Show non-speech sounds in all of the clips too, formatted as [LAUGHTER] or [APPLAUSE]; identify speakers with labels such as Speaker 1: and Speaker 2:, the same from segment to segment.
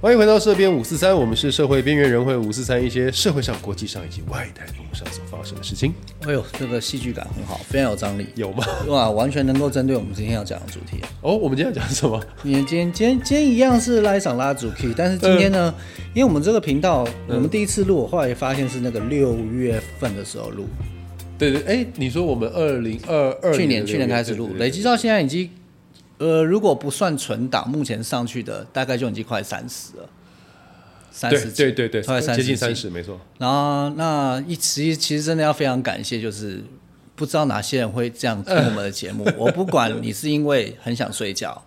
Speaker 1: 欢迎回到社编五四三，我们是社会边缘人会五四三一些社会上、国际上以及外太空上所发生的事情，
Speaker 2: 哎呦，这个戏剧感很好，非常有张力，
Speaker 1: 有吗？
Speaker 2: 哇，完全能够针对我们今天要讲的主题。
Speaker 1: 哦，我们今天要讲什么？
Speaker 2: 你今天今天今天一样是拉一场拉主 key，但是今天呢，
Speaker 1: 呃
Speaker 2: 因为我们这个频道，我们第一次录，我后来发现是那个六月份的时候录，
Speaker 1: 对对，哎，你说我们二零二二
Speaker 2: 去年去年开始录，累积到现在已经，呃，如果不算存档，目前上去的大概就已经快三十了，三
Speaker 1: 对
Speaker 2: 十
Speaker 1: 对对对，
Speaker 2: 快30
Speaker 1: 接近三
Speaker 2: 集
Speaker 1: 十，没错。
Speaker 2: 然后那一其实其实真的要非常感谢，就是不知道哪些人会这样听我们的节
Speaker 1: [LAUGHS]
Speaker 2: 目。我不管你是因为很想睡觉，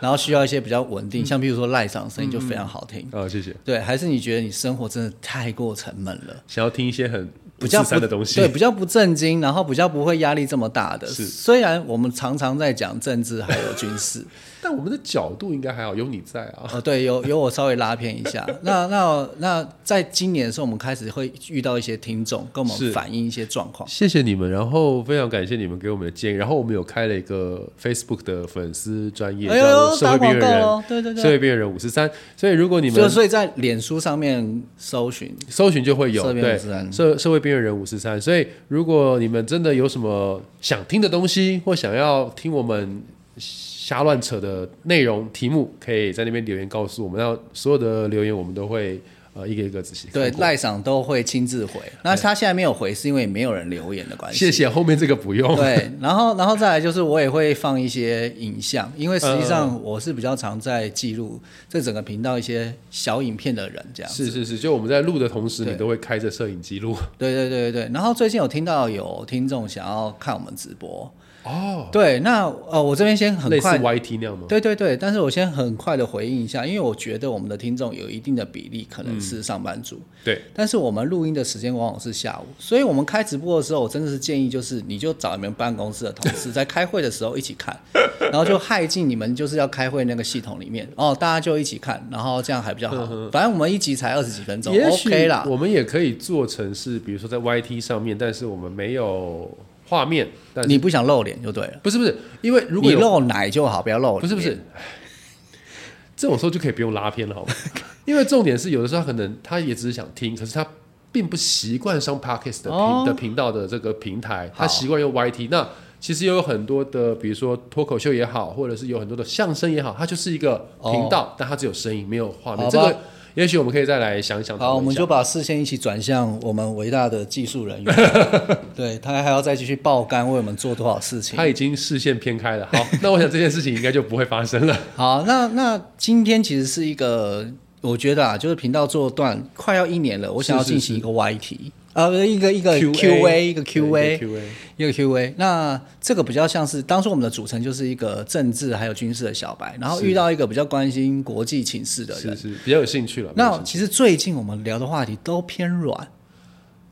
Speaker 2: 然后需要一些比较稳定，像比如说赖嗓声音就非常好听，
Speaker 1: 啊，谢谢。
Speaker 2: 对，还是你觉得你生活真的太过沉闷了。
Speaker 1: 想要听一些很
Speaker 2: 比较
Speaker 1: 三
Speaker 2: 不
Speaker 1: 的东西，
Speaker 2: 对，比较不正经，然后比较不会压力这么大的。
Speaker 1: 是
Speaker 2: 虽然我们常常在讲政治还有军
Speaker 1: [LAUGHS]
Speaker 2: 事，
Speaker 1: 但我们的角度应该还好，有你在啊。
Speaker 2: 哦，对，有有我稍微拉偏一
Speaker 1: [LAUGHS]
Speaker 2: 下。那那那，在今年的时候，我们开始会遇到一些听众跟我
Speaker 1: 是
Speaker 2: 们反映一些状况。
Speaker 1: 谢谢你们，然后非常感谢你们给我们的建议。然后我们有开了一个 Facebook 的粉丝专业，
Speaker 2: 哎呦
Speaker 1: 叫做“社会边缘
Speaker 2: 打
Speaker 1: 人”，
Speaker 2: 广告哦对对对
Speaker 1: 社会边缘人五十三。所以如果你
Speaker 2: 就
Speaker 1: 们
Speaker 2: 所以在脸书上面搜寻，
Speaker 1: 搜寻就会有
Speaker 2: 社边
Speaker 1: 对
Speaker 2: 53
Speaker 1: 社社会边缘人五十三。所以如果你们真的有什么想听的东西，或想要听我们瞎乱扯的内容题目，可以在那边留言告诉我们。然后所有的留言我们都会呃一个一个仔细看
Speaker 2: 对
Speaker 1: 过
Speaker 2: 赖赏都会亲自回。那他现在没有回，是因为没有人留言的关系。
Speaker 1: 谢。谢，后面这个不用。
Speaker 2: 对，然后然后再来就是我也会放一些影像，因为实际上我是比较常在记录这整个频道一些小影片的人这样。
Speaker 1: 是是是，就我们在录的同时，
Speaker 2: 对
Speaker 1: 你都会开着摄影机录。
Speaker 2: 对对对对对。然后最近有听到有听众想要看我们直播，
Speaker 1: 哦，
Speaker 2: 对，那呃我这边先很
Speaker 1: 类似
Speaker 2: 快
Speaker 1: YT 那样吗？
Speaker 2: 对对对，但是我先很快的回应一下，因为我觉得我们的听众有一定的比例可
Speaker 1: 嗯
Speaker 2: 能是上班族，
Speaker 1: 对，
Speaker 2: 但是我们录音的时间往往是下午，所以我们开直播的时候，我真的是建议就是你就找你们办公室的同
Speaker 1: [LAUGHS]
Speaker 2: 事在开会的时候一起看，然后就害进你们就是要开会那个系统里面哦，大家就一起看，然后这样还比较好。反正我们一集才二十几分钟
Speaker 1: 也许
Speaker 2: ，OK 啦。
Speaker 1: 我们也可以做成是，比如说在 YT 上面，但是我们没有画面，但是
Speaker 2: 你不想露脸就对了，
Speaker 1: 不是不是，因为如果
Speaker 2: 你
Speaker 1: 有
Speaker 2: 露奶就好，不要露脸。
Speaker 1: 不是不是，唉 [LAUGHS] 这种时候就可以不用拉片了，好 [LAUGHS] 吗？因为重点是有的时候他可能他也只是想听，可是他。并不习惯上 Pockets 的频、
Speaker 2: 哦
Speaker 1: 的频道的这个平台，
Speaker 2: 好
Speaker 1: 他习惯用 YT。那其实也有很多的，比如说脱口秀也好，或者是有很多的相声也好，它就是一个频道，但它只有声音，没有画面。
Speaker 2: 哦好吧
Speaker 1: 这个也许我们可以再来想一想。
Speaker 2: 好，我
Speaker 1: 讨论
Speaker 2: 们
Speaker 1: 一下
Speaker 2: 就把视线一起转向我们伟大的技术人员，对他还要再继续爆肝为我们做多少事情
Speaker 1: 他。已经视线偏开了。
Speaker 2: [LAUGHS]
Speaker 1: 好，那我想这件事情应该就不会发生了。
Speaker 2: 好，那那今天其实是一个，我觉得啊，就是频道做段快要一年了，我想要
Speaker 1: 是是
Speaker 2: 进行一个 YT，呃，不是一个一个 QA 一个 QA
Speaker 1: QA，
Speaker 2: 一个 QA。那这个比较像是当初我们的组成就是一个政治还有军事的小白，然后遇到一个比较关心国际情势的
Speaker 1: 是
Speaker 2: 人。
Speaker 1: 是比较有兴趣了。
Speaker 2: 那其实最近我们聊的话题都偏软。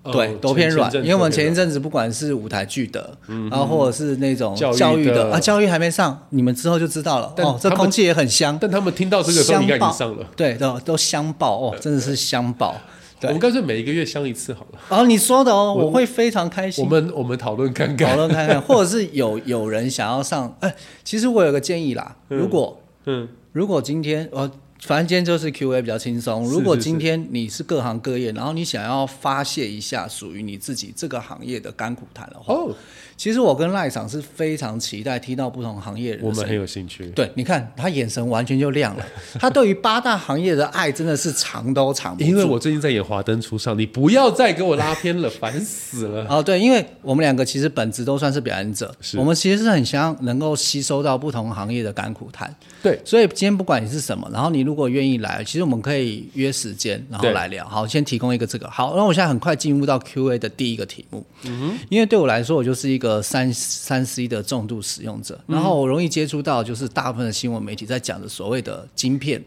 Speaker 1: 呃
Speaker 2: 对，都偏软，
Speaker 1: 前
Speaker 2: 因为我们前一
Speaker 1: 阵子
Speaker 2: 阵子不管是舞台剧的，然后或者是那种
Speaker 1: 嗯教育
Speaker 2: 教育
Speaker 1: 的
Speaker 2: 的啊，教育还没上，你们之后就知道了。
Speaker 1: 但
Speaker 2: 哦，这
Speaker 1: 他们
Speaker 2: 空气也很香
Speaker 1: 偏软，但他们听到这个时候应该已经上了。
Speaker 2: 对，都都香爆哦，真的是香爆。
Speaker 1: 我
Speaker 2: 对，
Speaker 1: 们干脆每一个月相一次好了。
Speaker 2: 然后你说的哦，
Speaker 1: 我
Speaker 2: 我会非常开
Speaker 1: 我
Speaker 2: 心。
Speaker 1: 们我们讨论看
Speaker 2: 讨
Speaker 1: 看。
Speaker 2: 论
Speaker 1: [LAUGHS]
Speaker 2: 看看，或者是有有人想要上，哎，其实我有个建议啦，如果
Speaker 1: 嗯，
Speaker 2: 如果今天呃，反正今天就是 Q&A 比较轻松。
Speaker 1: 是
Speaker 2: 如果
Speaker 1: 是
Speaker 2: 今天你是各行各业，然后你想要发泄一下属于你自己这个行业的甘苦谈的话，
Speaker 1: 哦，
Speaker 2: 其实我跟赖厂是非常期待听到不同行业人
Speaker 1: 我们
Speaker 2: 的声
Speaker 1: 很
Speaker 2: 音。
Speaker 1: 有兴趣。
Speaker 2: 对，你看他眼神完全就
Speaker 1: [LAUGHS]
Speaker 2: 亮了，他对于八大行业的爱真的是藏都藏不住。
Speaker 1: 因为我最近在演《华灯初上》，你不要再给我拉偏了，烦死了。
Speaker 2: 哦，对，因为我们两个其实本质都算是表演者
Speaker 1: 是，
Speaker 2: 我们其实是很想能够吸收到不同行业的甘苦谈。
Speaker 1: 对，
Speaker 2: 所以今天不管你是什么，然后你如果愿意来，其实我们可以约时间，然后
Speaker 1: 对
Speaker 2: 来聊。好，先提供一个这个。好，那我现在很快进入到 Q&A 的第一个题目。嗯因为对我来说，我就是一个三三 C 的重度使用者，然后我容易接触到就是大部分的新闻媒体在讲的所谓的晶片。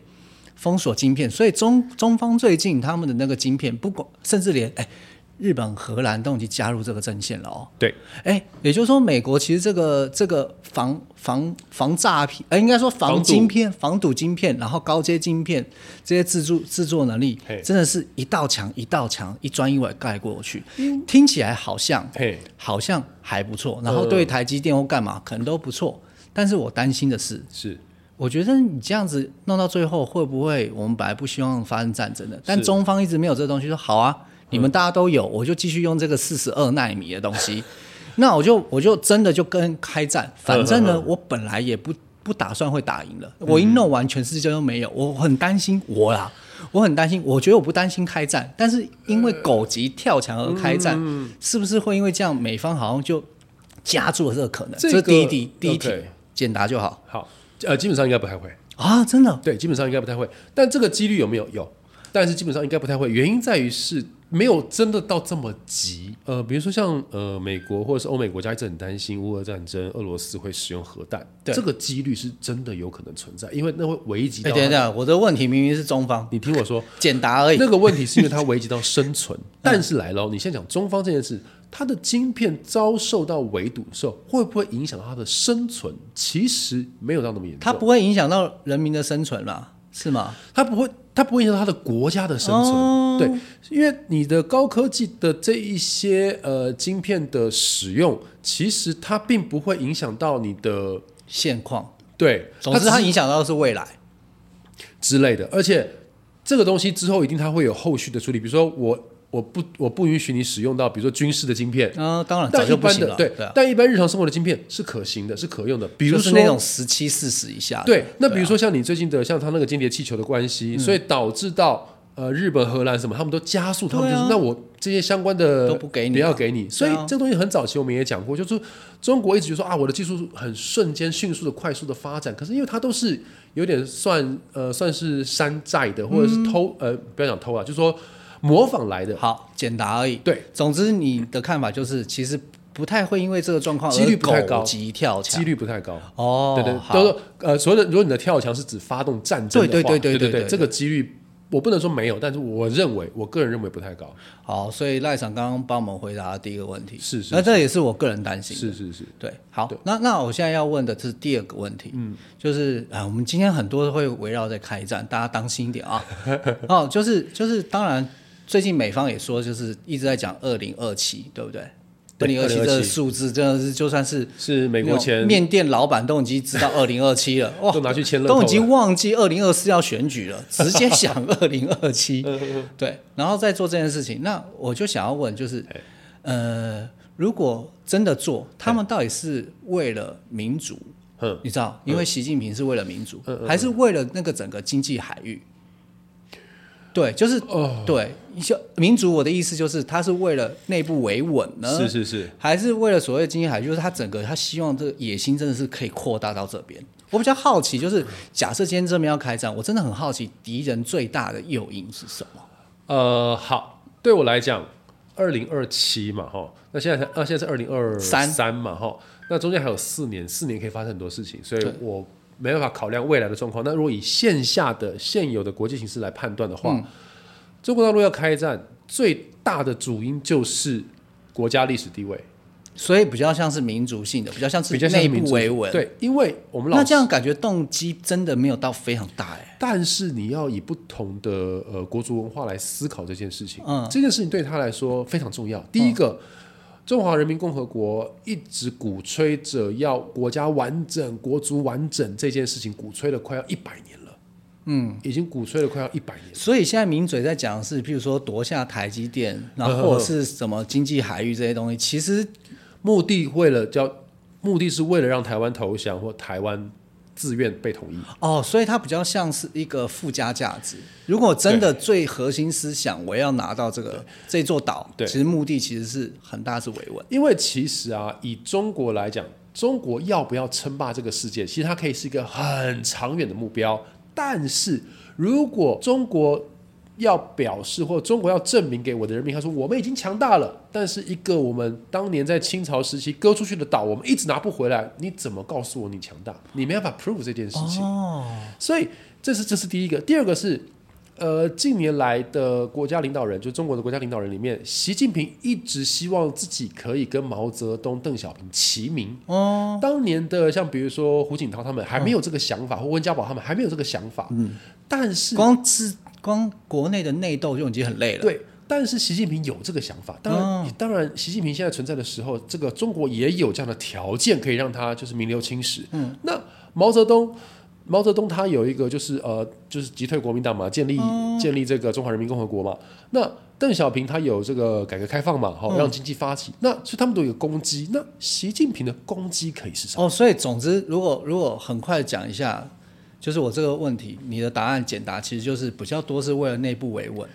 Speaker 2: 封锁晶片，所以中中方最近他们的那个晶片，不管甚至连哎，日本、荷兰都已经加入这个阵线了哦。
Speaker 1: 对，
Speaker 2: 哎，也就是说，美国其实这个这个防防防诈骗，哎，应该说
Speaker 1: 防
Speaker 2: 防
Speaker 1: 堵
Speaker 2: 晶片、防堵晶片，然后高阶晶片这些制作制作能力
Speaker 1: 嘿，
Speaker 2: 真的是一道墙一道墙，一砖一瓦盖过去。听起来好像
Speaker 1: 嘿，
Speaker 2: 好像还不错，然后对台积电或干嘛可能都不错，但是我担心的是，
Speaker 1: 是
Speaker 2: 我觉得你这样子弄到最后，会不会我们本来不希望发生战争的，但中方一直没有这东西，说好啊，
Speaker 1: 嗯
Speaker 2: 你们大家都有，我就继续用这个四十二纳米的东西， [LAUGHS] 那我就我就真的就跟开战，反正
Speaker 1: 嗯
Speaker 2: 呢，我本来也不不打算会打赢了，我一弄完全世界都没有，我很担心我啦。我很担心，我觉得我不担心开战，但是因为狗急跳墙而开
Speaker 1: 嗯
Speaker 2: 战，是不是会因为这样美方好像就加注了这个可能？
Speaker 1: 这
Speaker 2: 这是第一
Speaker 1: 个
Speaker 2: 题，第一题
Speaker 1: OK
Speaker 2: 简答就好
Speaker 1: 好，呃，基本上应该不太会。
Speaker 2: 啊，真的
Speaker 1: 对，基本上应该不太会。但这个几率有没有？有，但是基本上应该不太会。原因在于是没有真的到这么急。呃，比如说像呃美国或者是欧美国家一直很担心乌俄战争，俄罗斯会使用核弹，
Speaker 2: 对
Speaker 1: 这个几率是真的有可能存在，因为那会危及
Speaker 2: 哎、
Speaker 1: 到。
Speaker 2: 等一下，我的问题明明是中方，
Speaker 1: 你听我说，
Speaker 2: 简答而已。
Speaker 1: 那个问题是因为它危及到生存，但是来喽，你先讲中方这件事，它的晶片遭受到围堵的时候，会不会影响到它的生存？其实没有到那么严重，
Speaker 2: 它不会影响到人民的生存嘛？是吗？
Speaker 1: 它不会，它不会影响到它的国家的生存。
Speaker 2: 哦
Speaker 1: 对，因为你的高科技的这一些呃晶片的使用，其实它并不会影响到你的
Speaker 2: 现况，
Speaker 1: 对，
Speaker 2: 总之
Speaker 1: 它
Speaker 2: 它
Speaker 1: 只是
Speaker 2: 影响到的是未来。
Speaker 1: 之类的，而且这个东西之后一定它会有后续的处理，比如说我我不我不允许你使用到比如说军事的晶片。
Speaker 2: 嗯、当然早
Speaker 1: 但一
Speaker 2: 就不
Speaker 1: 般
Speaker 2: 行
Speaker 1: 的
Speaker 2: 了。
Speaker 1: 对，
Speaker 2: 啊，
Speaker 1: 但一般日常生活的晶片是可行的，是可用的，比如
Speaker 2: 就
Speaker 1: 说、
Speaker 2: 是那种十七四十以下的。
Speaker 1: 对，那比如
Speaker 2: 啊嗯
Speaker 1: 说像你最近的，像他那个间谍气球的关系，所以导致到呃日本、荷兰什么，他们都加速，他们就
Speaker 2: 对
Speaker 1: 是、
Speaker 2: 啊
Speaker 1: 那我这些相关的
Speaker 2: 都不给你
Speaker 1: 不
Speaker 2: 啊
Speaker 1: 要给你。所以
Speaker 2: 对啊
Speaker 1: 这个东西很早期我们也讲过，就是中国一直就说啊，我的技术很瞬间、迅速的、快速的发展，可是因为它都是有点算呃算是山寨的，或者是偷、呃不要讲偷啊，就是说模仿来的。
Speaker 2: 好简答而已。
Speaker 1: 对，
Speaker 2: 总之你的看法就是，其实不太会因为这个状况
Speaker 1: 几率不太
Speaker 2: 而
Speaker 1: 高
Speaker 2: 狗急跳墙
Speaker 1: 几。率不太高，
Speaker 2: 哦，
Speaker 1: 对对，
Speaker 2: 好
Speaker 1: 都是呃，所谓的如果你的跳墙是指发动战争的话，
Speaker 2: 对对对
Speaker 1: 对
Speaker 2: 对对对
Speaker 1: 这个几率我不能说没有，但是我认为，我个人认为不太高。
Speaker 2: 好，所以赖厂刚刚帮我们回答的第一个问题，
Speaker 1: 是是
Speaker 2: 那这也是我个人担心的。
Speaker 1: 是是是，
Speaker 2: 对，好，那那我现在要问的是第二个问题，嗯，就是啊、我们今天很多会围绕在开战，大家当心一点啊。 [LAUGHS] 哦，就是就是，当然最近美方也说，就是一直在讲二零二七，对不对？二
Speaker 1: 对
Speaker 2: 零二七这
Speaker 1: 2027
Speaker 2: 个数字真的是，就算是
Speaker 1: 是美国
Speaker 2: 那
Speaker 1: 前
Speaker 2: 种面店老板都已经
Speaker 1: [LAUGHS]
Speaker 2: 知道二零二七了，哇，
Speaker 1: 都拿去签乐透
Speaker 2: 都
Speaker 1: 了
Speaker 2: 已经忘记二零二四要选举
Speaker 1: [LAUGHS]
Speaker 2: 了，直接想二零二七，
Speaker 1: 嗯
Speaker 2: 对，然后再做这件事情。那我就想要问，就是，
Speaker 1: 哎
Speaker 2: 呃，如果真的做，他们到底是为了民主？
Speaker 1: 嗯，
Speaker 2: 你知道，因为习近平是为了民主，还是为了那个整个经济海域？对，就是、
Speaker 1: 哦
Speaker 2: 对，像民主，我的意思就是，他是为了内部维稳呢，
Speaker 1: 是是是，
Speaker 2: 还是为了所谓的经济海，就是他整个他希望这个野心真的是可以扩大到这边。我比较好奇，就是假设今天这边要开战，我真的很好奇敌人最大的诱因是什么？
Speaker 1: 呃，好，对我来讲，二零二七嘛，哈，那现在才，啊，现在是二零二三嘛，哈，那中间还有四年，四年可以发生很多事情，所以
Speaker 2: 对
Speaker 1: 我没办法考量未来的状况。那如果以线下的现有的国际形势来判断的话，
Speaker 2: 嗯
Speaker 1: 中国大陆要开战，最大的主因就是国家历史地位，
Speaker 2: 所以比较像是民族性的，比较像是
Speaker 1: 比较像
Speaker 2: 内
Speaker 1: 是民
Speaker 2: 部
Speaker 1: 族
Speaker 2: 维
Speaker 1: 性
Speaker 2: 稳。，
Speaker 1: 对，因为我们老
Speaker 2: 那这样感觉动机真的没有到非常大哎、
Speaker 1: 但是你要以不同的呃国族文化来思考这件事情。
Speaker 2: 嗯
Speaker 1: 这件事情对他来说非常重要。第一个，中华人民共和国一直鼓吹着要国家完整、国族完整这件事情，鼓吹了快要一百年了。嗯，已经鼓吹了快要一百年了。
Speaker 2: 所以现在名嘴在讲的是，譬如说夺下台积电，然后或者是什么经济海域这些东西，其实
Speaker 1: 目的为了叫，目的是为了让台湾投降或台湾自愿被统一。
Speaker 2: 哦，所以它比较像是一个附加价值。如果真的最核心思想，我要拿到这个这座岛，
Speaker 1: 对
Speaker 2: 其实目的其实是很大是维稳。
Speaker 1: 因为其实啊，以中国来讲，中国要不要称霸这个世界，其实它可以是一个很长远的目标。但是如果中国要表示或中国要证明给我的人民，他说我们已经强大了，但是一个我们当年在清朝时期割出去的岛，我们一直拿不回来，你怎么告诉我你强大？你没办法 prove 这件事情。
Speaker 2: 哦，
Speaker 1: 所以这是这是第一个，第二个是，呃，近年来的国家领导人，就中国的国家领导人里面，习近平一直希望自己可以跟毛泽东、邓小平齐名。
Speaker 2: 哦，
Speaker 1: 当年的像比如说胡锦涛他们还没有这个想法，或温家宝他们还没有这个想法。嗯，但是
Speaker 2: 光自光国内的内斗就已经很累了。，
Speaker 1: 对。但是习近平有这个想法，当然，
Speaker 2: 哦
Speaker 1: 当然，习近平现在存在的时候，这个中国也有这样的条件可以让他就是名留青史。嗯，那毛泽东毛泽东他有一个就是呃就是击退国民党嘛，建立、建立这个中华人民共和国嘛。那邓小平他有这个改革开放嘛，好、让经济发起，那所以他们都有攻击。那习近平的攻击可以是什么？
Speaker 2: 哦，所以总之，如果如果很快地讲一下，就是我这个问题，你的答案简答其实就是比较多是为了内部维稳。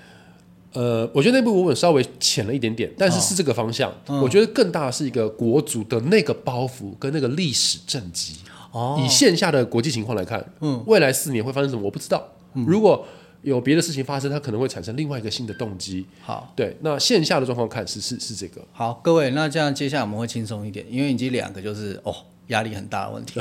Speaker 1: 呃，我觉得内部维稳稍微浅了一点点，但
Speaker 2: 哦
Speaker 1: 是是这个方向。
Speaker 2: 嗯
Speaker 1: 我觉得更大的是一个国足的那个包袱跟那个历史政绩。
Speaker 2: 哦，
Speaker 1: 以线下的国际情况来看，嗯，未来四年会发生什么我不知道。
Speaker 2: 嗯
Speaker 1: 如果有别的事情发生，它可能会产生另外一个新的动机。
Speaker 2: 好。
Speaker 1: 对，那线下的状况看是是是这个。
Speaker 2: 好，各位，那这样接下来我们会轻松一点，因为已经两个就是哦压力很大的
Speaker 1: [LAUGHS]
Speaker 2: 问题。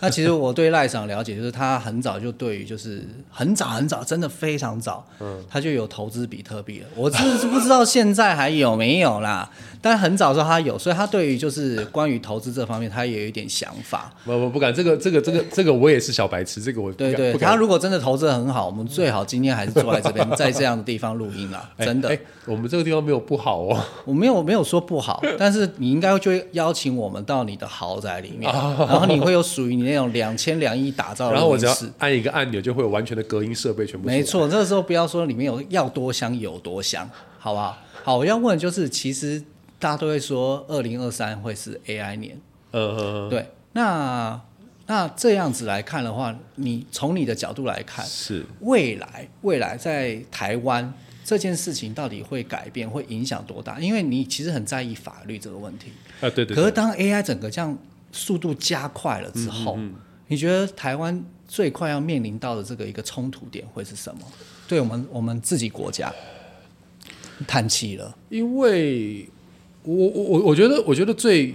Speaker 2: 那其实我对赖长了解，就是他很早就对于就是很早很早，真的非常早，
Speaker 1: 嗯
Speaker 2: 他就有投资比特币了。我真的是不知道现在还有没有啦， [LAUGHS] 但很早的时候他有，所以他对于就是关于投资这方面，他也有一点想法。
Speaker 1: 不不不敢，这个这个这个这个我也是小白痴，这个我不
Speaker 2: 对
Speaker 1: 敢
Speaker 2: 对，
Speaker 1: 不
Speaker 2: 他
Speaker 1: 敢。
Speaker 2: 如果真的投资得很好，我们最好今天还是坐在这
Speaker 1: [LAUGHS]
Speaker 2: 边，在这样的地方录音啦，
Speaker 1: 哎
Speaker 2: 真的。
Speaker 1: 哎我们这个地方没有不好哦。
Speaker 2: 我没有没有说
Speaker 1: [LAUGHS]
Speaker 2: 不好，但是你应该就会邀请我们到你的豪宅里面，然后你会有属于你那种两千两亿打造的
Speaker 1: 啊然后我只
Speaker 2: 录音
Speaker 1: 要
Speaker 2: 室
Speaker 1: 按一个按钮，就会有完全的隔音设备全部出来。
Speaker 2: 没错，这个时候不要说里面有要多香有多香，好不好？好，我要问的就是，其实大家都会说二零二三会是 AI 年，
Speaker 1: 嗯，嗯嗯，
Speaker 2: 对，那那这样子来看的话，你从你的角度来看，
Speaker 1: 是。
Speaker 2: 未来未来在台湾这件事情到底会改变，会影响多大？因为你其实很在意法律这个问题。
Speaker 1: 啊，对对
Speaker 2: 可
Speaker 1: 对。
Speaker 2: 是当 AI 整个这样速度加快了之后，
Speaker 1: 嗯
Speaker 2: 你觉得台湾最快要面临到的这个一个冲突点会是什么？对我们我们自己国家叹气了，
Speaker 1: 因为我我我我觉得我觉得最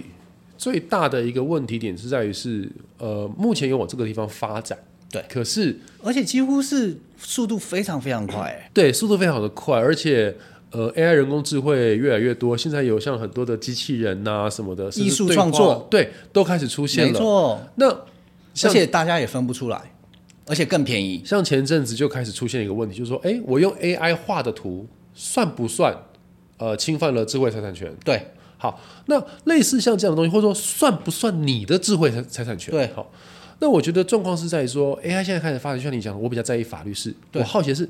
Speaker 1: 最大的一个问题点是在于是呃，目前有往这个地方发展，
Speaker 2: 对
Speaker 1: 可是
Speaker 2: 而且几乎是速度非常非常快、欸
Speaker 1: 对，速度非常的快，而且呃，AI 人工智慧越来越多，现在有像很多的机器人呐、什么的，甚至
Speaker 2: 艺术
Speaker 1: 对话
Speaker 2: 创作，
Speaker 1: 对，都开始出现
Speaker 2: 没
Speaker 1: 了。
Speaker 2: 错，
Speaker 1: 那
Speaker 2: 而
Speaker 1: 像
Speaker 2: 且大家也分不出来，而且更便宜。
Speaker 1: 像前阵子就开始出现一个问题，就是说，哎，我用 AI 画的图算不算呃侵犯了智慧财产权？
Speaker 2: 对，
Speaker 1: 好，那类似像这样的东西，或者说算不算你的智慧财财产权？
Speaker 2: 对
Speaker 1: 好，那我觉得状况是在于说，AI 现在开始发展，就像你讲的，我比较在意法律是，
Speaker 2: 对
Speaker 1: 我好奇的是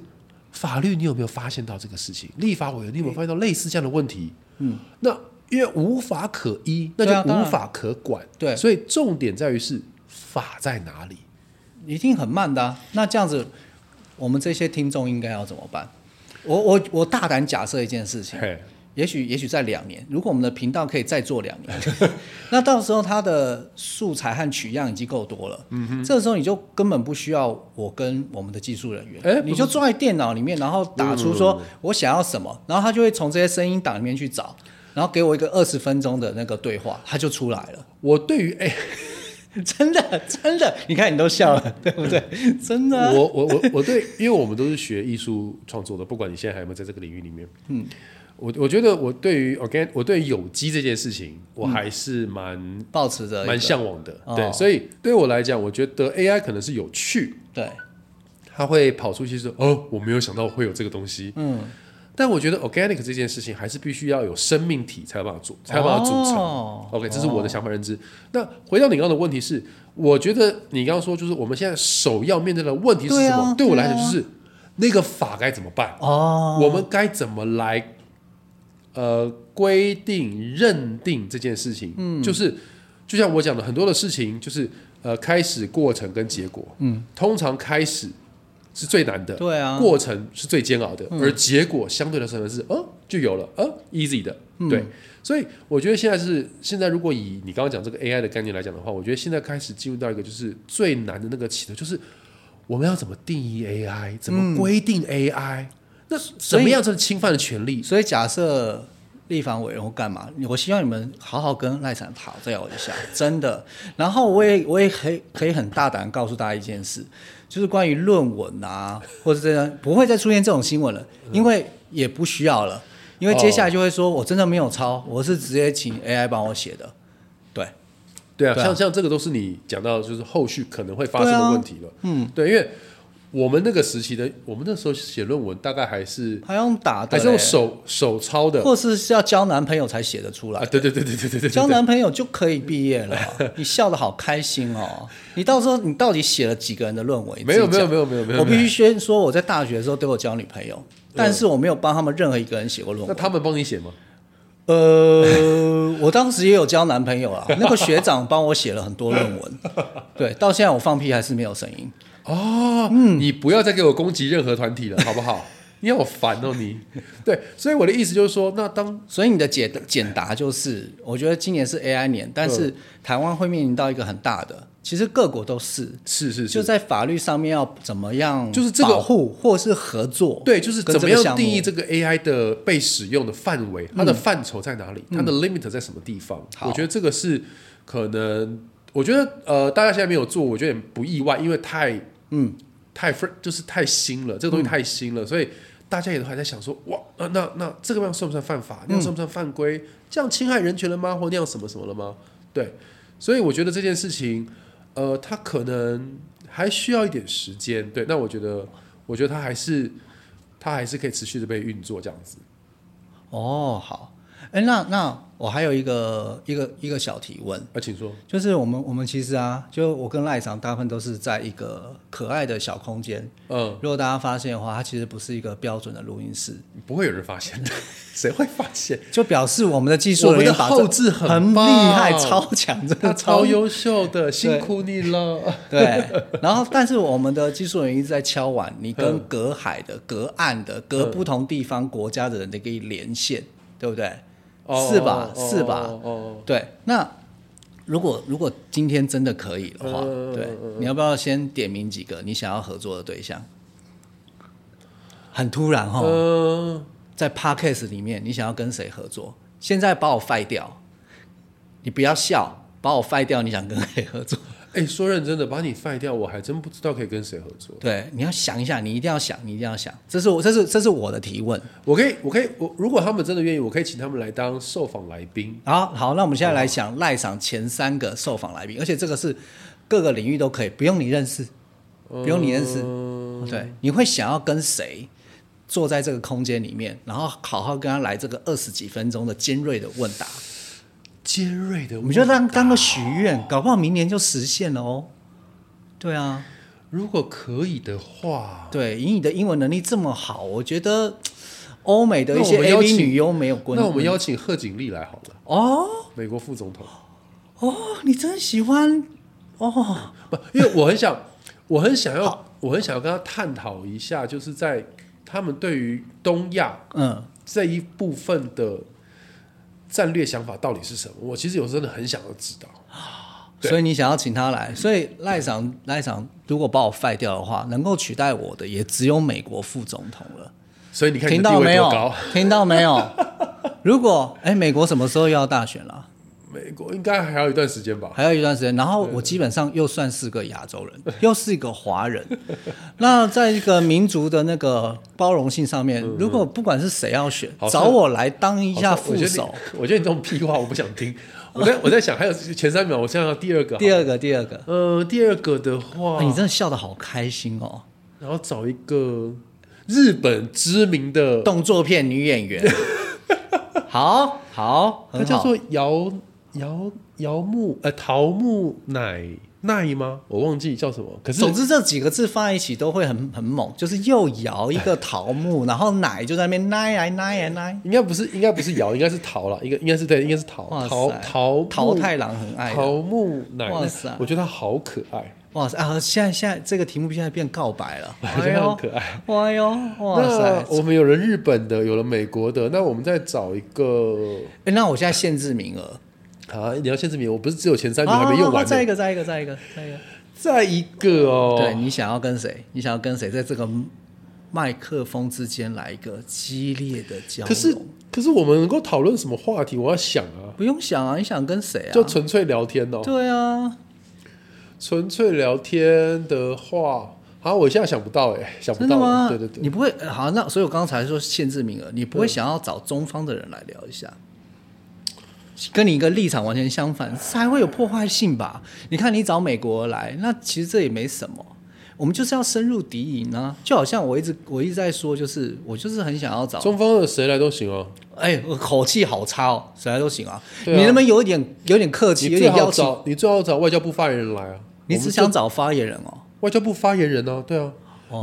Speaker 1: 法律你有没有发现到这个事情？立法委员你有没有发现到类似这样的问题？嗯，那因为无法可依，那
Speaker 2: 对啊
Speaker 1: 就
Speaker 2: 当
Speaker 1: 无
Speaker 2: 然
Speaker 1: 法可管，
Speaker 2: 对
Speaker 1: 所以重点在于是法在哪里？
Speaker 2: 一定很慢的、啊。那这样子，我们这些听众应该要怎么办？我我我大胆假设一件事情，
Speaker 1: 嘿，
Speaker 2: 也许也许在两年，如果我们的频道可以再做两年， [LAUGHS] 那到时候它的素材和取样已经够多了。嗯哼，这个时候你就根本不需要我跟我们的技术人员，
Speaker 1: 哎不嗯
Speaker 2: 你就坐在电脑里面，然后打出说我想要什么，然后他就会从这些声音档里面去找，然后给我一个二十分钟的那个对话，它就出来了。 [LAUGHS]
Speaker 1: 我对于 AI。
Speaker 2: 真的真的，你看你都笑了，对不对？真的啊、
Speaker 1: 我我我我对，因为我们都是学艺术创作的，不管你现在还有没有在这个领域里面，嗯，我我觉得我对于 organ，我对于有机这件事情，我还是蛮、
Speaker 2: 保持嗯着一
Speaker 1: 蛮
Speaker 2: 个
Speaker 1: 向往的，
Speaker 2: 哦
Speaker 1: 对，所以对我来讲，我觉得 AI 可能是有趣，
Speaker 2: 对，
Speaker 1: 它会跑出去说，哦，我没有想到会有这个东西，
Speaker 2: 嗯，
Speaker 1: 但我觉得 organic 这件事情还是必须要有生命体才有办法组，才有办法组成。
Speaker 2: 哦
Speaker 1: OK，这是我的想法认知。那回到你刚刚的问题是，我觉得你刚刚说就是我们现在首要面对的问题是什
Speaker 2: 对
Speaker 1: 么？
Speaker 2: 啊
Speaker 1: 对我
Speaker 2: 对
Speaker 1: 来
Speaker 2: 啊
Speaker 1: 讲就是、那个法该怎么办？
Speaker 2: 哦，
Speaker 1: 我们该怎么来呃规定认定这件事情？嗯，就是就像我讲的，很多的事情就是呃开始、过程跟结果。嗯，通常开始是最难的，
Speaker 2: 对啊
Speaker 1: 过程是最煎熬的，而结果相对来说是呃就有了，呃 easy 的，对。所以我觉得现在是现在，如果以你刚刚讲这个 AI 的概念来讲的话，我觉得现在开始进入到一个就是最难的那个起头，就是我们要怎么定义 AI，怎么规定 AI，、那什么样才是侵犯的权利？
Speaker 2: 所以假设立法委员或干嘛，我希望你们好好跟赖产讨教一下，真的。然后我也我也可以可以很大胆地告诉大家一件事，就是关于论文啊，或者这样不会再出现这种新闻了，因为也不需要了，因为接下来就会说、我真的没有抄，我是直接请 AI 帮我写的，对。
Speaker 1: 对啊，
Speaker 2: 对啊
Speaker 1: 像像这个都是你讲到就是后续可能会发生的问题了。嗯，对，因为我们那个时期的，我们那时候写论文大概还是
Speaker 2: 还用打
Speaker 1: 还
Speaker 2: 的、
Speaker 1: 是用，手手抄的
Speaker 2: 或是是要交男朋友才写得出来
Speaker 1: 啊，。对对对对对对对
Speaker 2: 交
Speaker 1: 对，
Speaker 2: 男朋友就可以毕业
Speaker 1: [LAUGHS]
Speaker 2: 了，你笑得好开心哦！你到时候你到底写了几个人的论文？你
Speaker 1: 没有
Speaker 2: 自己
Speaker 1: 没
Speaker 2: 讲
Speaker 1: 有没有没有没有，
Speaker 2: 我必
Speaker 1: 没有
Speaker 2: 须先说，我在大学的时候都有交女朋友，但是我没有帮他们任何一个人写过论
Speaker 1: 那 [LAUGHS]
Speaker 2: 文。
Speaker 1: 他们帮你写吗？
Speaker 2: 呃，我当时也有交男朋友
Speaker 1: [LAUGHS]
Speaker 2: 啊，那个学长帮我写了很多论文，对，到现在我放屁还是没有声音。
Speaker 1: 哦，你不要再给我攻击任何团体了，好不 [LAUGHS] 好？你好烦哦，你。对，所以我的意思就是说，那当
Speaker 2: 所以你的解简答就是，我觉得今年是 AI 年，但
Speaker 1: 嗯
Speaker 2: 是台湾会面临到一个很大的，其实各国都是，
Speaker 1: 是是，
Speaker 2: 就是在法律上面要怎么样，
Speaker 1: 就是这个
Speaker 2: 保护或是合作，
Speaker 1: 对，就是
Speaker 2: 跟
Speaker 1: 怎么
Speaker 2: 这个项
Speaker 1: 样
Speaker 2: 目
Speaker 1: 定义这个 AI 的被使用的范围，它的范畴在哪里，它的 limit 在什么地方？
Speaker 2: 嗯好
Speaker 1: 我觉得这个是可能，我觉得呃，大家现在没有做，我觉得也不意外，因为太嗯太 fr- 就是太新了，这个东西
Speaker 2: 嗯
Speaker 1: 太新了，所以。大家也都还在想说，哇，那那那这个样算不算犯
Speaker 2: 嗯
Speaker 1: 法？那样算不算犯规？这样侵害人权了吗？或那样什么什么了吗？对，所以我觉得这件事情，呃，它可能还需要一点时间。对，那我觉得，我觉得它还是它还是可以持续的被运作这样子。
Speaker 2: 哦，好，哎，那那我还有一个一个一个小提问，
Speaker 1: 啊，请说。
Speaker 2: 就是我们我们其实啊，就我跟赖长大部分都是在一个可爱的小空间。
Speaker 1: 嗯，
Speaker 2: 如果大家发现的话，它其实不是一个标准的录音室，
Speaker 1: 不会有人发现的， [LAUGHS] 谁会发现？
Speaker 2: 就表示我们的技术
Speaker 1: 我
Speaker 2: 人
Speaker 1: 们
Speaker 2: 员
Speaker 1: 的
Speaker 2: 把
Speaker 1: 后
Speaker 2: 这
Speaker 1: 置很
Speaker 2: 很厉
Speaker 1: 棒
Speaker 2: 害，超强，真
Speaker 1: 他
Speaker 2: 的
Speaker 1: 超
Speaker 2: 超
Speaker 1: 优秀的，辛苦你 [LAUGHS] 了。
Speaker 2: 对，然后但是我们的技术人员一直在敲碗，你跟
Speaker 1: 嗯
Speaker 2: 隔海的、隔岸的、隔不同地方国家的人的一个连线，对不对？是吧？
Speaker 1: 哦
Speaker 2: 是吧？？
Speaker 1: 哦哦，
Speaker 2: 对，那如果如果今天真的可以的话，
Speaker 1: 嗯
Speaker 2: 对，你要不要先点名几个你想要合作的对象？很突然哈、
Speaker 1: 哦嗯，
Speaker 2: 在 podcast 里面，你想要跟谁合作？现在把我废掉，你不要笑，把我废掉，你想跟谁合作？
Speaker 1: 哎，说认真的，把你废掉，我还真不知道可以跟谁合作。
Speaker 2: 对，你要想一下，你一定要想，你一定要想，这是我，这是这是我的提问。
Speaker 1: 我可以，我可以，我如果他们真的愿意，我可以请他们来当受访来宾。
Speaker 2: 好好，那我们现在来想赖赏前三个受访来宾，而且这个是各个领域都可以，不用你认识，
Speaker 1: 嗯
Speaker 2: 不用你认识。
Speaker 1: 呃
Speaker 2: 对，你会想要跟谁坐在这个空间里面，然后好好跟他来这个二十几分钟的尖锐的问答？
Speaker 1: 尖锐的，
Speaker 2: 我们就当当个许愿，搞不好明年就实现了哦。对啊，
Speaker 1: 如果可以的话，
Speaker 2: 对，以你的英文能力这么好，我觉得欧美的一
Speaker 1: 那
Speaker 2: 些
Speaker 1: 我们邀
Speaker 2: AV
Speaker 1: 请
Speaker 2: 女优没有过。
Speaker 1: 那我们邀请贺锦丽来好了，
Speaker 2: 哦
Speaker 1: 美国副总统。
Speaker 2: 哦，你真喜欢哦。
Speaker 1: 不，因为我很想，我很想要，我很想要跟他探讨一下，就是在他们对于东亚
Speaker 2: 嗯，
Speaker 1: 这一部分的战略想法到底是什么。我其实有时候真的很想要知道。对
Speaker 2: 所以你想要请他来，所以赖长赖长如果把我废掉的话，能够取代我的也只有美国副总统了。
Speaker 1: 所以你看你
Speaker 2: 听
Speaker 1: 的地
Speaker 2: 到没
Speaker 1: 位
Speaker 2: 有
Speaker 1: 多高？？
Speaker 2: 听到
Speaker 1: [LAUGHS]
Speaker 2: 没有？如果哎，美国什么时候又要大选了？
Speaker 1: 美国应该还要一段时间吧。
Speaker 2: 还有一段时间，然后我基本上又算是个亚洲人，又是一个华人。 [LAUGHS] 那在一个民族的那个包容性上面，如果不管是谁要选
Speaker 1: 嗯好，
Speaker 2: 找我来当一下
Speaker 1: 好我
Speaker 2: 副
Speaker 1: 觉得你
Speaker 2: 手。
Speaker 1: 我觉得你这种屁话我不想听。我在我在想，还有前三秒，我想想第二个。
Speaker 2: 第，二个，第二个，
Speaker 1: 呃，第二个的话，
Speaker 2: 哎你真的笑得好开心哦！
Speaker 1: 然后找一个日本知名的，
Speaker 2: 动作片女演
Speaker 1: [LAUGHS]
Speaker 2: 员。好好，
Speaker 1: 它
Speaker 2: 很
Speaker 1: 叫
Speaker 2: 好。
Speaker 1: 做摇摇摇木呃桃木乃奈吗？我忘记叫什么。可是
Speaker 2: 总之这几个字放在一起都会很很猛，就是又摇一个桃
Speaker 1: [LAUGHS]
Speaker 2: 木，然后奶就在那边奶来奶来啊奶。
Speaker 1: 应该不是，应该不是摇，应该是桃啦，应该应该是对，应该是桃
Speaker 2: 哇
Speaker 1: 桃
Speaker 2: 塞
Speaker 1: 桃
Speaker 2: 桃
Speaker 1: 木
Speaker 2: 太郎很爱的。
Speaker 1: 桃木乃奈
Speaker 2: 哇塞
Speaker 1: 我觉得它好可爱，
Speaker 2: 哇塞啊！现在现在这个题目现在变告白
Speaker 1: [LAUGHS]
Speaker 2: 了，
Speaker 1: 我觉
Speaker 2: 哎
Speaker 1: 得它
Speaker 2: 呦
Speaker 1: 很，可爱。
Speaker 2: 哎呦，哇塞！
Speaker 1: 那我们有了日本的，有了美国的，那我们再找一个
Speaker 2: 哎，那我现在限制名额，
Speaker 1: 啊，你要限制名，我不是只有前三名
Speaker 2: 好
Speaker 1: 还没用
Speaker 2: 好好
Speaker 1: 完呢
Speaker 2: 啊再一个，再一个，再一个，再一个。
Speaker 1: 再一个
Speaker 2: 对
Speaker 1: 哦，
Speaker 2: 你想要跟谁？你想要跟谁在这个麦克风之间来一个激烈的交流？
Speaker 1: 可是可是我们能够讨论什么话题？我要想啊，
Speaker 2: 不用想啊，你想跟谁啊？
Speaker 1: 就纯粹聊天哦。
Speaker 2: 对啊，
Speaker 1: 纯粹聊天的话，好、我现在想不到哎、 [LAUGHS] 想不
Speaker 2: 真的
Speaker 1: 到
Speaker 2: 吗？
Speaker 1: 了，对对对，
Speaker 2: 你不会呃好？那所以我刚才说限制名额，你不会想要找中方的人来聊一下，跟你一个立场完全相反，才会有破坏性吧？你看你找美国来，那其实这也没什么。我们就是要深入敌营啊！就好像我一直我一直在说，就是我就是很想要找，
Speaker 1: 中锋的谁来都行啊，
Speaker 2: 哎，我口气好差哦，谁来都行啊。
Speaker 1: 对啊
Speaker 2: 你能不能有一点有点客气，
Speaker 1: 你
Speaker 2: 有
Speaker 1: 最
Speaker 2: 点
Speaker 1: 好
Speaker 2: 要求？
Speaker 1: 找你最好找外交部发言人来啊，
Speaker 2: 你
Speaker 1: 我们
Speaker 2: 只想找发言人哦，
Speaker 1: 外交部发言人啊，对啊，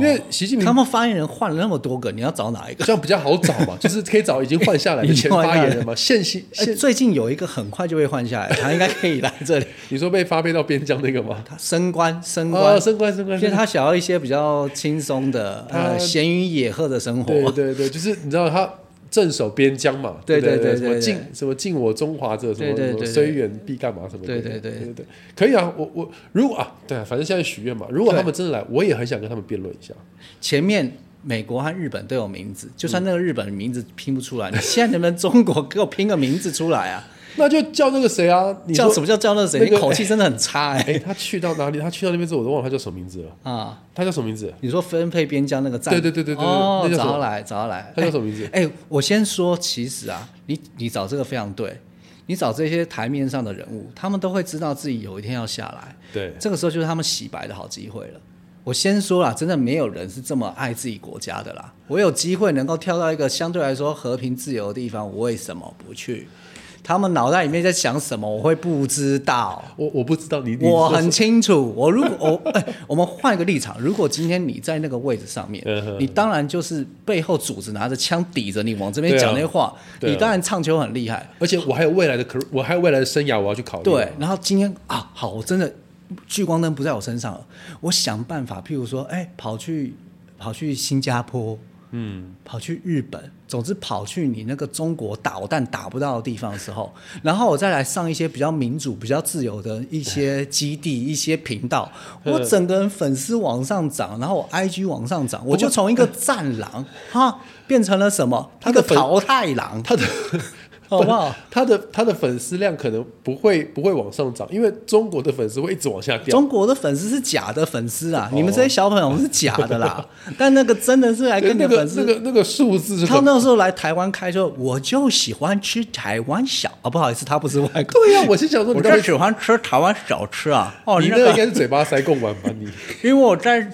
Speaker 1: 因为习近
Speaker 2: 他
Speaker 1: 平
Speaker 2: 们发言人换了那么多个，你要找哪一个？
Speaker 1: 这样比较好找嘛，
Speaker 2: [LAUGHS]
Speaker 1: 就是可以找已经换下来的前发言人嘛，现行
Speaker 2: 哎，
Speaker 1: 现
Speaker 2: 最近有一个很快就会换下来，他应该可以来这里。
Speaker 1: [LAUGHS] 你说被发配到边疆那个吗？
Speaker 2: 他升官升官
Speaker 1: 啊，，升官升官，
Speaker 2: 就是
Speaker 1: 升官
Speaker 2: 他想要一些比较轻松的，
Speaker 1: 他
Speaker 2: 呃，闲云野鹤的生活。
Speaker 1: 对对对，就是你知道他镇守边疆嘛，
Speaker 2: 对
Speaker 1: 对
Speaker 2: 对对
Speaker 1: 什
Speaker 2: 对
Speaker 1: 么
Speaker 2: 对
Speaker 1: 敬什么敬我中华者，什么
Speaker 2: 对对
Speaker 1: 什么
Speaker 2: 对对
Speaker 1: 虽远必干嘛什么的，
Speaker 2: 对
Speaker 1: 对
Speaker 2: 对对
Speaker 1: 对对，可以啊，我我如果啊，对啊，反正现在许愿嘛，如果他们真的来，我也很想跟他们辩论一下，
Speaker 2: 前面美国和日本都有名
Speaker 1: 嗯
Speaker 2: 字，就算那个日本名字拼不出来，你现在能不能中国给我拼个名字出来啊？
Speaker 1: 那就叫那个谁啊， [LAUGHS] 你
Speaker 2: 叫
Speaker 1: 说
Speaker 2: 什么叫叫那谁？
Speaker 1: 那个
Speaker 2: 你口气真的很差哎、
Speaker 1: 哎，他去到哪里？他去到那边之后，我都忘了他叫什么名字了，
Speaker 2: 啊！
Speaker 1: 他叫什么名字？
Speaker 2: 你说分配边疆那个站？
Speaker 1: 对对对对对对
Speaker 2: 哦
Speaker 1: 那，叫什
Speaker 2: 找
Speaker 1: 么
Speaker 2: 他来，找他来。
Speaker 1: 他叫什么名字？
Speaker 2: 哎、我先说，其实啊，你你找这个非常对，你找这些台面上的人物，他们都会知道自己有一天要下来，
Speaker 1: 对，
Speaker 2: 这个时候就是他们洗白的好机会了。我先说啦，真的没有人是这么爱自己国家的啦。我有机会能够跳到一个相对来说和平自由的地方，我为什么不去？他们脑袋里面在想什么，我会不知道。
Speaker 1: 我我不知道你，你说
Speaker 2: 我很清楚，我如果我、哎，我们换一个立场，如果今天你在那个位置上面
Speaker 1: 嗯哼，
Speaker 2: 你当然就是背后组织拿着枪抵着你往这边
Speaker 1: 对啊
Speaker 2: 讲那些话，
Speaker 1: 对啊
Speaker 2: 你当然唱球很厉害，
Speaker 1: 而且我还有未来的可，我还有未来的生涯，我要去考虑。
Speaker 2: 对，，然后今天啊，好，我真的聚光灯不在我身上了，我想办法，譬如说，哎，跑去跑去新加坡，嗯，跑去日本，总之跑去你那个中国导弹打不到的地方的时候，然后我再来上一些比较民主、比较自由的一些基地、一些
Speaker 1: [LAUGHS]
Speaker 2: 频道，我整个人粉丝往上涨，然后我 IG 往上涨，我就从一个战狼哈变成了什么？
Speaker 1: 他
Speaker 2: 一
Speaker 1: 的
Speaker 2: 个
Speaker 1: 粉
Speaker 2: 淘汰狼，
Speaker 1: 他的
Speaker 2: 好不好？
Speaker 1: [LAUGHS] 他的他的粉丝量可能不会不会往上涨，因为中国的粉丝会一直往下掉。
Speaker 2: 中国的粉丝是假的粉丝
Speaker 1: 哦
Speaker 2: 啊，你们这些小朋友是假
Speaker 1: [LAUGHS]
Speaker 2: 的啦。但那个真的是来
Speaker 1: 对
Speaker 2: 跟你
Speaker 1: 那个
Speaker 2: 的粉
Speaker 1: 那
Speaker 2: 丝，
Speaker 1: 个那个数字是
Speaker 2: 他
Speaker 1: 很
Speaker 2: 那时候来台湾开车，我就喜欢吃台湾小啊，不好意思，他不是外国，
Speaker 1: 对呀、我心想说你
Speaker 2: 我
Speaker 1: 该
Speaker 2: 就
Speaker 1: 不
Speaker 2: 喜欢吃台湾小吃啊。哦，
Speaker 1: 你
Speaker 2: 那
Speaker 1: 那个应
Speaker 2: 个，
Speaker 1: 该是嘴巴塞贡丸吧？
Speaker 2: [LAUGHS]
Speaker 1: 你
Speaker 2: 因为我在，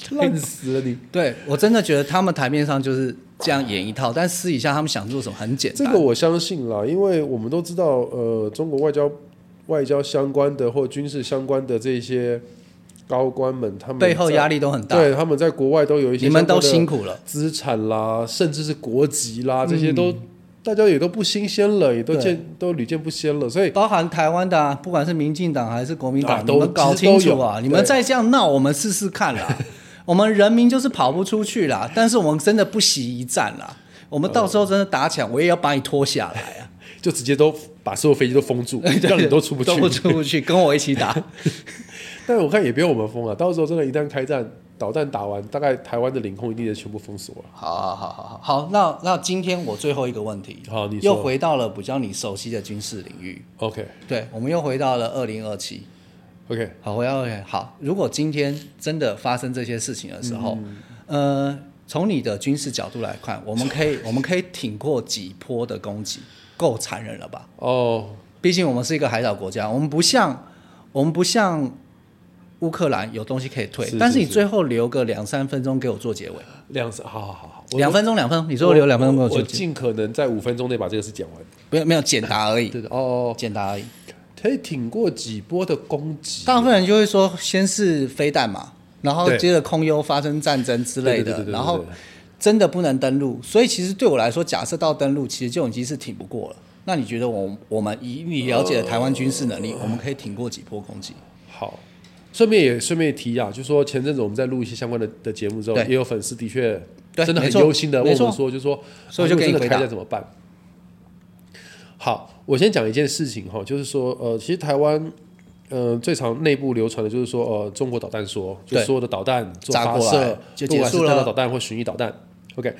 Speaker 2: [LAUGHS]
Speaker 1: 烂死了你！
Speaker 2: 对我真的觉得他们台面上就是这样演一套，但私底下他们想做什么很
Speaker 1: [LAUGHS]
Speaker 2: 简
Speaker 1: 这
Speaker 2: 单。
Speaker 1: 个我相信啦，因为我们都知道，呃，中国外交外交相关的或军事相关的这些高官们，他们
Speaker 2: 背后
Speaker 1: 在
Speaker 2: 压力都很大，
Speaker 1: 对，他们在国外都有一些
Speaker 2: 你们
Speaker 1: 相关
Speaker 2: 都
Speaker 1: 的
Speaker 2: 辛苦了。
Speaker 1: 资产啦，甚至是国籍啦，这些都、大家也都不新鲜了，也都
Speaker 2: 对
Speaker 1: 见都屡见不鲜了，所以
Speaker 2: 包含台湾的、啊，不管是民进党还是国民党，
Speaker 1: 啊都
Speaker 2: 你们搞清楚啊！
Speaker 1: 其实都有
Speaker 2: 你们再这样闹，我们试试
Speaker 1: [LAUGHS]
Speaker 2: 看啦。我们人民就是跑不出去啦，但是我们真的不惜一战啦。我们到时候真的打起来，我也要把你拖下来啊！
Speaker 1: 就直接都把所有飞机都封 [LAUGHS] 住， [LAUGHS] 让你都出不去。
Speaker 2: 都不出
Speaker 1: [LAUGHS]
Speaker 2: 不去，跟我一起打。
Speaker 1: 但我看也不用我们封啊，到时候真的，一旦开战，导弹打完，大概台湾的领空一定也全部封锁了。啊
Speaker 2: 好好好好好，好那那今天我最后一个问题，
Speaker 1: 好你说
Speaker 2: 又回到了比较你熟悉的军事领域。
Speaker 1: OK
Speaker 2: 对，我们又回到了二零二七。
Speaker 1: OK，
Speaker 2: 好，我要好。如果今天真的发生这些事情的时候，呃，从你的军事角度来看，我们可以我们可以挺过几波的攻击，够残忍了吧？
Speaker 1: 哦，
Speaker 2: 毕竟我们是一个海岛国家，我们不像我们不像乌克兰有东西可以退，
Speaker 1: 是
Speaker 2: 但是
Speaker 1: 是
Speaker 2: 你
Speaker 1: 是
Speaker 2: 最后留个两三分钟给我做结尾，
Speaker 1: 两次，好好好好，我
Speaker 2: 两分钟两分钟，你最后留两分钟给
Speaker 1: 我
Speaker 2: 我
Speaker 1: 我
Speaker 2: 做结尾，
Speaker 1: 尽可能在五分钟内把这个事讲完。
Speaker 2: 没有没有简答而已，
Speaker 1: 对的，哦，
Speaker 2: 简答而已。
Speaker 1: 可以挺过几波的攻击。
Speaker 2: 大部分人就会说，先是飞弹嘛，然后
Speaker 1: 对
Speaker 2: 接着空优发生战争之
Speaker 1: 对
Speaker 2: 类
Speaker 1: 对对
Speaker 2: 的
Speaker 1: 对，对
Speaker 2: 然后
Speaker 1: 对
Speaker 2: 真的不能登陆，所以其实对我来说，假设到登陆，其实就已经是挺不过了。那你觉得我我们以你了解的台湾军事能力，
Speaker 1: 哦
Speaker 2: 我们可以挺过几波攻击？
Speaker 1: 好，顺便也顺便提啊，就说前阵子我们在录一些相关的的节目之后，
Speaker 2: 对
Speaker 1: 也有粉丝的确
Speaker 2: 对
Speaker 1: 真的很
Speaker 2: 没错
Speaker 1: 忧心的问
Speaker 2: 没
Speaker 1: 我
Speaker 2: 错
Speaker 1: 说，就说，
Speaker 2: 所以
Speaker 1: 啊
Speaker 2: 我就
Speaker 1: 如果
Speaker 2: 给
Speaker 1: 真
Speaker 2: 你
Speaker 1: 的
Speaker 2: 回答
Speaker 1: 开战怎么办？好，我先讲一件事情哈，就是说，呃，其实台湾，呃，最常内部流传的就是说，呃，中国导弹说，就
Speaker 2: 对
Speaker 1: 所有的导弹做
Speaker 2: 炸
Speaker 1: 发
Speaker 2: 过
Speaker 1: 射
Speaker 2: 来，就
Speaker 1: 不管
Speaker 2: 结
Speaker 1: 是
Speaker 2: 束
Speaker 1: 弹道
Speaker 2: 了
Speaker 1: 导弹或巡弋导弹，OK，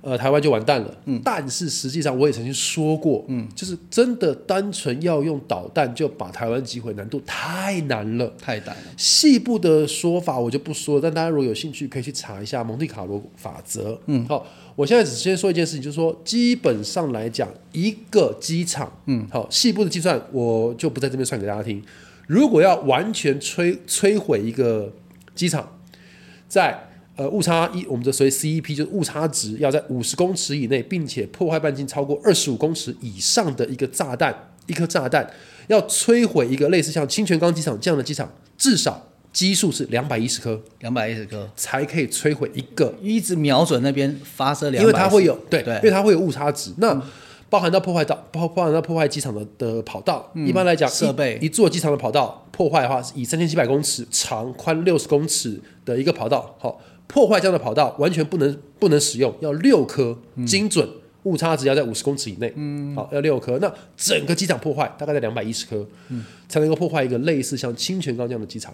Speaker 1: 呃，台湾就完蛋了。嗯，但是实际上我也曾经说过，嗯，就是真的单纯要用导弹就把台湾击毁，难度太难了。
Speaker 2: 太难了，
Speaker 1: 细部的说法我就不说了，但大家如果有兴趣，可以去查一下蒙特卡罗法则。嗯，好，我现在只先说一件事情，就是说基本上来讲，一个机场，嗯，好，细部的计算我就不在这边算给大家听。如果要完全摧摧毁一个机场，在呃误差一，我们的所谓 CEP 就是误差值要在五十公尺以内，并且破坏半径超过二十五公尺以上的一个炸弹，一颗炸弹要摧毁一个类似像清泉岗机场这样的机场，至少基数是两百一十颗
Speaker 2: 两百一十颗，
Speaker 1: 才可以摧毁一个
Speaker 2: 一直瞄准那边发射两，
Speaker 1: 因为它会有对，因为
Speaker 2: 对，嗯
Speaker 1: 它会有误差值。那包含到破坏到包包含到破坏机场的的跑道，一般来讲，
Speaker 2: 嗯设
Speaker 1: 一
Speaker 2: 备
Speaker 1: 一座机场的跑道破坏的话，是以三千七百公尺长、宽六十公尺的一个跑道，好、破坏这样的跑道完全不能不能使用，要六颗精准。误差值要在五十公尺以内，嗯，好，要六颗。那整个机场破坏大概在两百一十颗，嗯，才能够破坏一个类似像清泉岗这样的机场。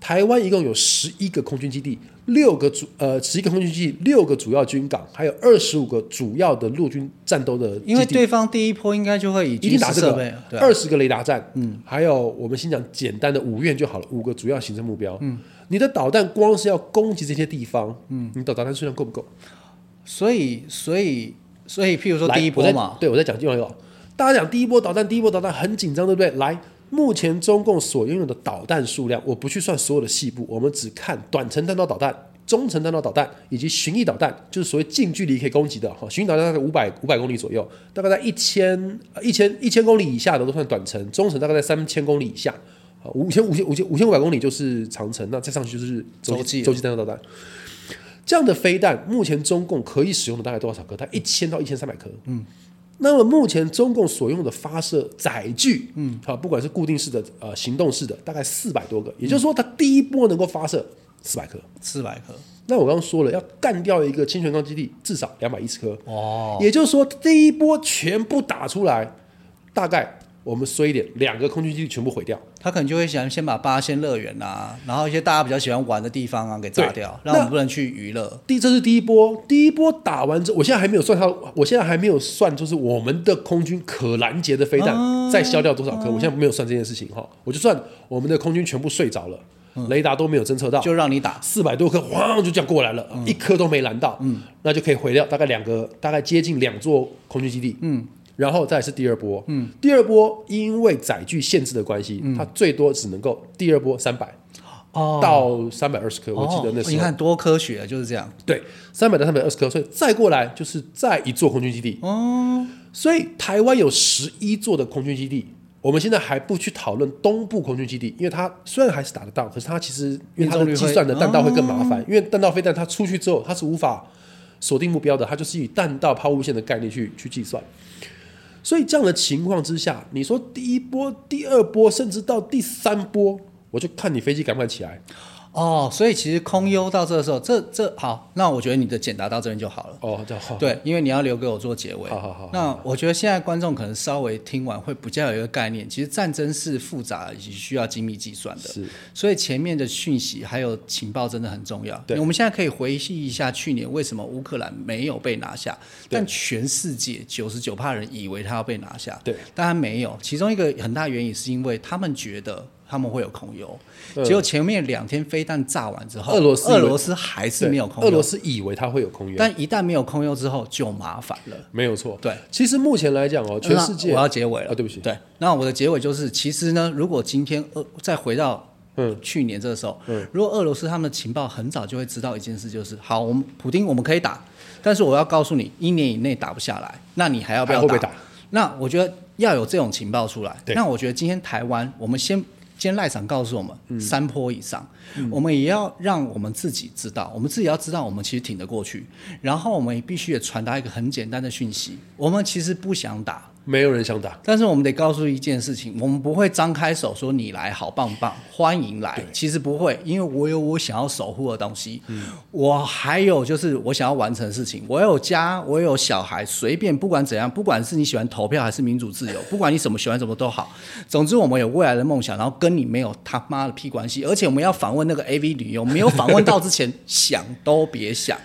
Speaker 1: 台湾一共有十一个空军基地，六个主呃十一个空军基地，六个主要军港，还有二十五个主要的陆军战斗的基地。
Speaker 2: 因为对方第一波应该就会以
Speaker 1: 一
Speaker 2: 军
Speaker 1: 定打这
Speaker 2: 事设
Speaker 1: 个
Speaker 2: 备，对啊，
Speaker 1: 二十个雷达站，嗯，还有我们先讲简单的五院就好了，五个主要行政目标，嗯，你的导弹光是要攻击这些地方，嗯，你的导弹数量够不够？
Speaker 2: 所以所以所以，譬如说
Speaker 1: 来
Speaker 2: 第一
Speaker 1: 我
Speaker 2: 波
Speaker 1: 在
Speaker 2: 嘛，
Speaker 1: 对，我在讲金融有，大家讲第一波导弹，第一波导弹很紧张，对不对？来，目前中共所拥有的导弹数量，我不去算所有的细部，我们只看短程弹道导弹。中程弹道导弹以及巡弋导弹，就是所谓近距离可以攻击的哈。巡弋导弹大概五百五百公里左右，大概在一千一千一千公里以下的都算短程，中程大概在三千公里以下，啊五千五千五千五千五百公里就是长程，那再上去就是洲
Speaker 2: 洲际
Speaker 1: 际洲际弹道导弹。这样的飞弹，目前中共可以使用的大概多少颗？它一千到一千三百颗。嗯，那么目前中共所用的发射载具，嗯，好、不管是固定式的、呃行动式的，大概四百多个。也就是说，它第一波能够发射四百颗。
Speaker 2: 四百颗，
Speaker 1: 那我刚刚说了，要干掉一个清泉岗基地，至少两百一十颗。
Speaker 2: 哦，
Speaker 1: 也就是说，第一波全部打出来，大概我们衰一点，两个空军基地全部毁掉。
Speaker 2: 他可能就会想先把八仙乐园啊，然后一些大家比较喜欢玩的地方啊给炸
Speaker 1: 对
Speaker 2: 掉，
Speaker 1: 那
Speaker 2: 让我们不能去娱乐，
Speaker 1: 第这是第一波，第一波打完之后，我现在还没有算它，我现在还没有算，就是我们的空军可拦截的飞弹
Speaker 2: 啊
Speaker 1: 再消掉多少颗，我现在没有算这件事情哈，我就算我们的空军全部睡着了，雷达都没有侦测到，
Speaker 2: 嗯就让你打。
Speaker 1: 四百多颗，咣就这样过来了，一颗都没拦到，嗯，那就可以毁掉大概两个，大概接近两座空军基地，嗯，然后再来是第二波，嗯，第二波因为载具限制的关系，它最多只能够第二波三百
Speaker 2: 嗯哦，
Speaker 1: 到三百二十颗，我记得那
Speaker 2: 哦
Speaker 1: 时
Speaker 2: 你
Speaker 1: 候。
Speaker 2: 看多科学就是这样，
Speaker 1: 对，三百到三百二十颗，所以再过来就是再一座空军基地。哦，所以台湾有十一座的空军基地。我们现在还不去讨论东部空军基地，因为它虽然还是打得到，可是它其实因为它的计算的弹道会哦更麻烦，因为弹道飞弹它出去之后它是无法锁定目标的，它就是以弹道抛物线的概念去去计算。所以这样的情况之下，你说第一波、第二波，甚至到第三波，我就看你飞机敢不敢起来。
Speaker 2: 哦，所以其实空优到这个时候，这这好，那我觉得你的解答到这边就好了。
Speaker 1: 哦，这样好。
Speaker 2: 对，因为你要留给我做结尾。
Speaker 1: 好好好好
Speaker 2: 那我觉得现在观众可能稍微听完会比较有一个概念，其实战争是复杂以及需要精密计算的，
Speaker 1: 是
Speaker 2: 所以前面的讯息还有情报真的很重要。
Speaker 1: 对
Speaker 2: 我们现在可以回忆一下去年为什么乌克兰没有被拿下，但全世界九十九趴人以为他要被拿下，
Speaker 1: 对，
Speaker 2: 但他没有。其中一个很大原因是因为他们觉得。他们会有空优，结果前面两天飞弹炸完之后，
Speaker 1: 嗯俄罗斯以为
Speaker 2: 俄罗斯还是没有空
Speaker 1: 对俄
Speaker 2: 优
Speaker 1: 罗，斯以为它会有空优，
Speaker 2: 但一旦没有空优之后就麻烦了。
Speaker 1: 没有错。
Speaker 2: 对，
Speaker 1: 其实目前来讲哦，全
Speaker 2: 那
Speaker 1: 世界
Speaker 2: 嗯我要结尾了、
Speaker 1: 啊对不起
Speaker 2: 对，那我的结尾就是，其实呢，如果今天呃再回到
Speaker 1: 嗯
Speaker 2: 去年这个时候，如果俄罗斯他们的情报很早就会知道一件事，就是好，我们普丁我们可以打，但是我要告诉你，一年以内打不下来，那你还要不要
Speaker 1: 还会不会打
Speaker 2: 那我觉得要有这种情报出来。
Speaker 1: 对
Speaker 2: 那我觉得今天台湾，我们先。今天赖场告诉我们、
Speaker 1: 嗯
Speaker 2: 三坡以上，我们也要让我们自己知道，我们自己要知道我们其实挺得过去，然后我们也必须也传达一个很简单的讯息，我们其实不想打，
Speaker 1: 没有人想打。
Speaker 2: 但是我们得告诉一件事情，我们不会张开手说你来好棒棒，欢迎来。其实不会，因为我有我想要守护的东西，
Speaker 1: 嗯
Speaker 2: 我还有就是我想要完成的事情，我有家，我有小孩，随便不管怎样，不管是你喜欢投票还是民主自由，不管你什么喜欢什么都好，总之我们有未来的梦想，然后跟你没有他妈的屁关系。而且我们要访问那个 AV 女优，没有访问到之前想都别
Speaker 1: [LAUGHS]
Speaker 2: 想，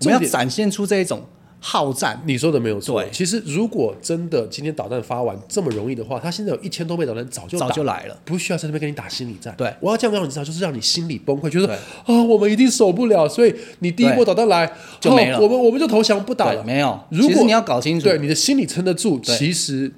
Speaker 2: 我
Speaker 1: 重
Speaker 2: 们要
Speaker 1: 点
Speaker 2: 展现出这一种好战。
Speaker 1: 你说的没有错。
Speaker 2: 对
Speaker 1: 其实如果真的今天导弹发完这么容易的话，他现在有一千多枚导弹早就打
Speaker 2: 早就来了，
Speaker 1: 不需要在那边跟你打心理战。
Speaker 2: 对
Speaker 1: 我要这样让你知道，就是让你心理崩溃，就是
Speaker 2: 对
Speaker 1: 啊、我们一定守不了，所以你第一波
Speaker 2: 对
Speaker 1: 导弹来
Speaker 2: 就
Speaker 1: 哦
Speaker 2: 没了
Speaker 1: 我们我们就投降不打
Speaker 2: 对
Speaker 1: 了，。
Speaker 2: 没有。
Speaker 1: 如
Speaker 2: 其
Speaker 1: 果
Speaker 2: 实你要搞清楚，
Speaker 1: 对你的心理撑得住，
Speaker 2: 对
Speaker 1: 其实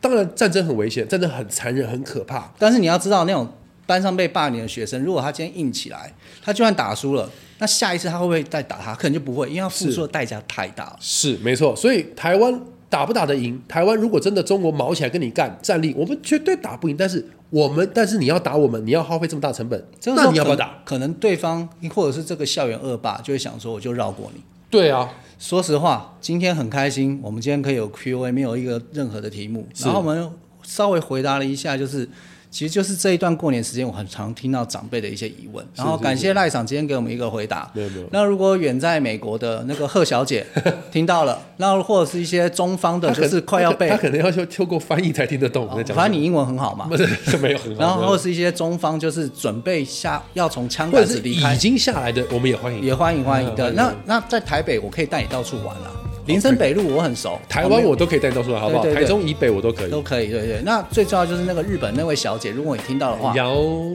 Speaker 1: 当然战争很危险，战争很残忍，很可怕。
Speaker 2: 但是你要知道，那种班上被霸凌的学生，如果他今天硬起来，他就算打输了，那下一次他会不会再打他？可能就不会，因为他付出的代价太大了。
Speaker 1: 是没错，所以台湾打不打得赢？台湾如果真的中国毛起来跟你干战力，我们绝对打不赢。但是我们，但是你要打我们，你要耗费这么大成本，
Speaker 2: 这个时
Speaker 1: 那
Speaker 2: 候
Speaker 1: 你要不要
Speaker 2: 可能
Speaker 1: 打？？
Speaker 2: 可能对方或者是这个校园恶霸就会想说，我就绕过你。
Speaker 1: 对啊，
Speaker 2: 说实话，今天很开心，我们今天可以有 Q&A，没有一个任何的题目，
Speaker 1: 是
Speaker 2: 然后我们稍微回答了一下，就是。其实就是这一段过年时间，我很常听到长辈的一些疑问，然后
Speaker 1: 是
Speaker 2: 感谢赖场今天给我们一个回答。
Speaker 1: 没有没有
Speaker 2: 那如果远在美国的那个贺
Speaker 1: [LAUGHS]
Speaker 2: 小姐听到了，那或者是一些中方的，
Speaker 1: 他可
Speaker 2: 就是快要被
Speaker 1: 他，可能要去透过翻译才听得懂我们在讲什么。
Speaker 2: 反正你英文很好嘛，
Speaker 1: 你 [LAUGHS] 没有很好，
Speaker 2: 然后
Speaker 1: 没有
Speaker 2: 或是一些中方就是准备下要从枪
Speaker 1: 或
Speaker 2: 杆
Speaker 1: 者
Speaker 2: 子
Speaker 1: 是
Speaker 2: 离开
Speaker 1: 已，经下来的，我们也欢迎。
Speaker 2: 也欢迎欢迎的。
Speaker 1: 嗯
Speaker 2: 那那在台北，我可以带你到处玩啦。林森北路我很熟，
Speaker 1: 台湾我都可以带到出来，好不好？
Speaker 2: 对对对
Speaker 1: 台中以北我都可以。
Speaker 2: 都可以，对对。那最重要就是那个日本那位小姐，如果你听到的话，
Speaker 1: 姚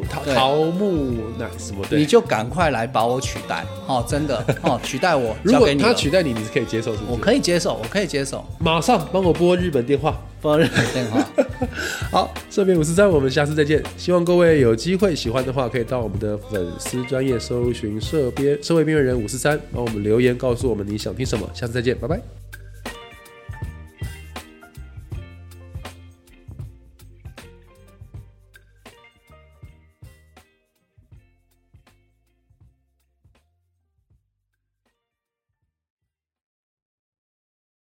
Speaker 1: 桃
Speaker 2: 对
Speaker 1: 桃木乃什么
Speaker 2: 你
Speaker 1: 对？
Speaker 2: 就赶快来把我取代，哦，真的，哦，取
Speaker 1: [LAUGHS]
Speaker 2: 代我，
Speaker 1: 如
Speaker 2: 交
Speaker 1: 果
Speaker 2: 给你
Speaker 1: 他
Speaker 2: 了。
Speaker 1: 取代你，你是可以接受，是不
Speaker 2: 我
Speaker 1: 是？
Speaker 2: 可以接受，我可以接受，
Speaker 1: 马上帮我拨日本电话。
Speaker 2: 拨日本电话。
Speaker 1: 好，这边五十三，我们下次再见。希望各位有机会喜欢的话，可以到我们的粉丝专业搜寻社边社会边缘人五十三，帮我们留言告诉我们你想听什么。下次再见，拜拜。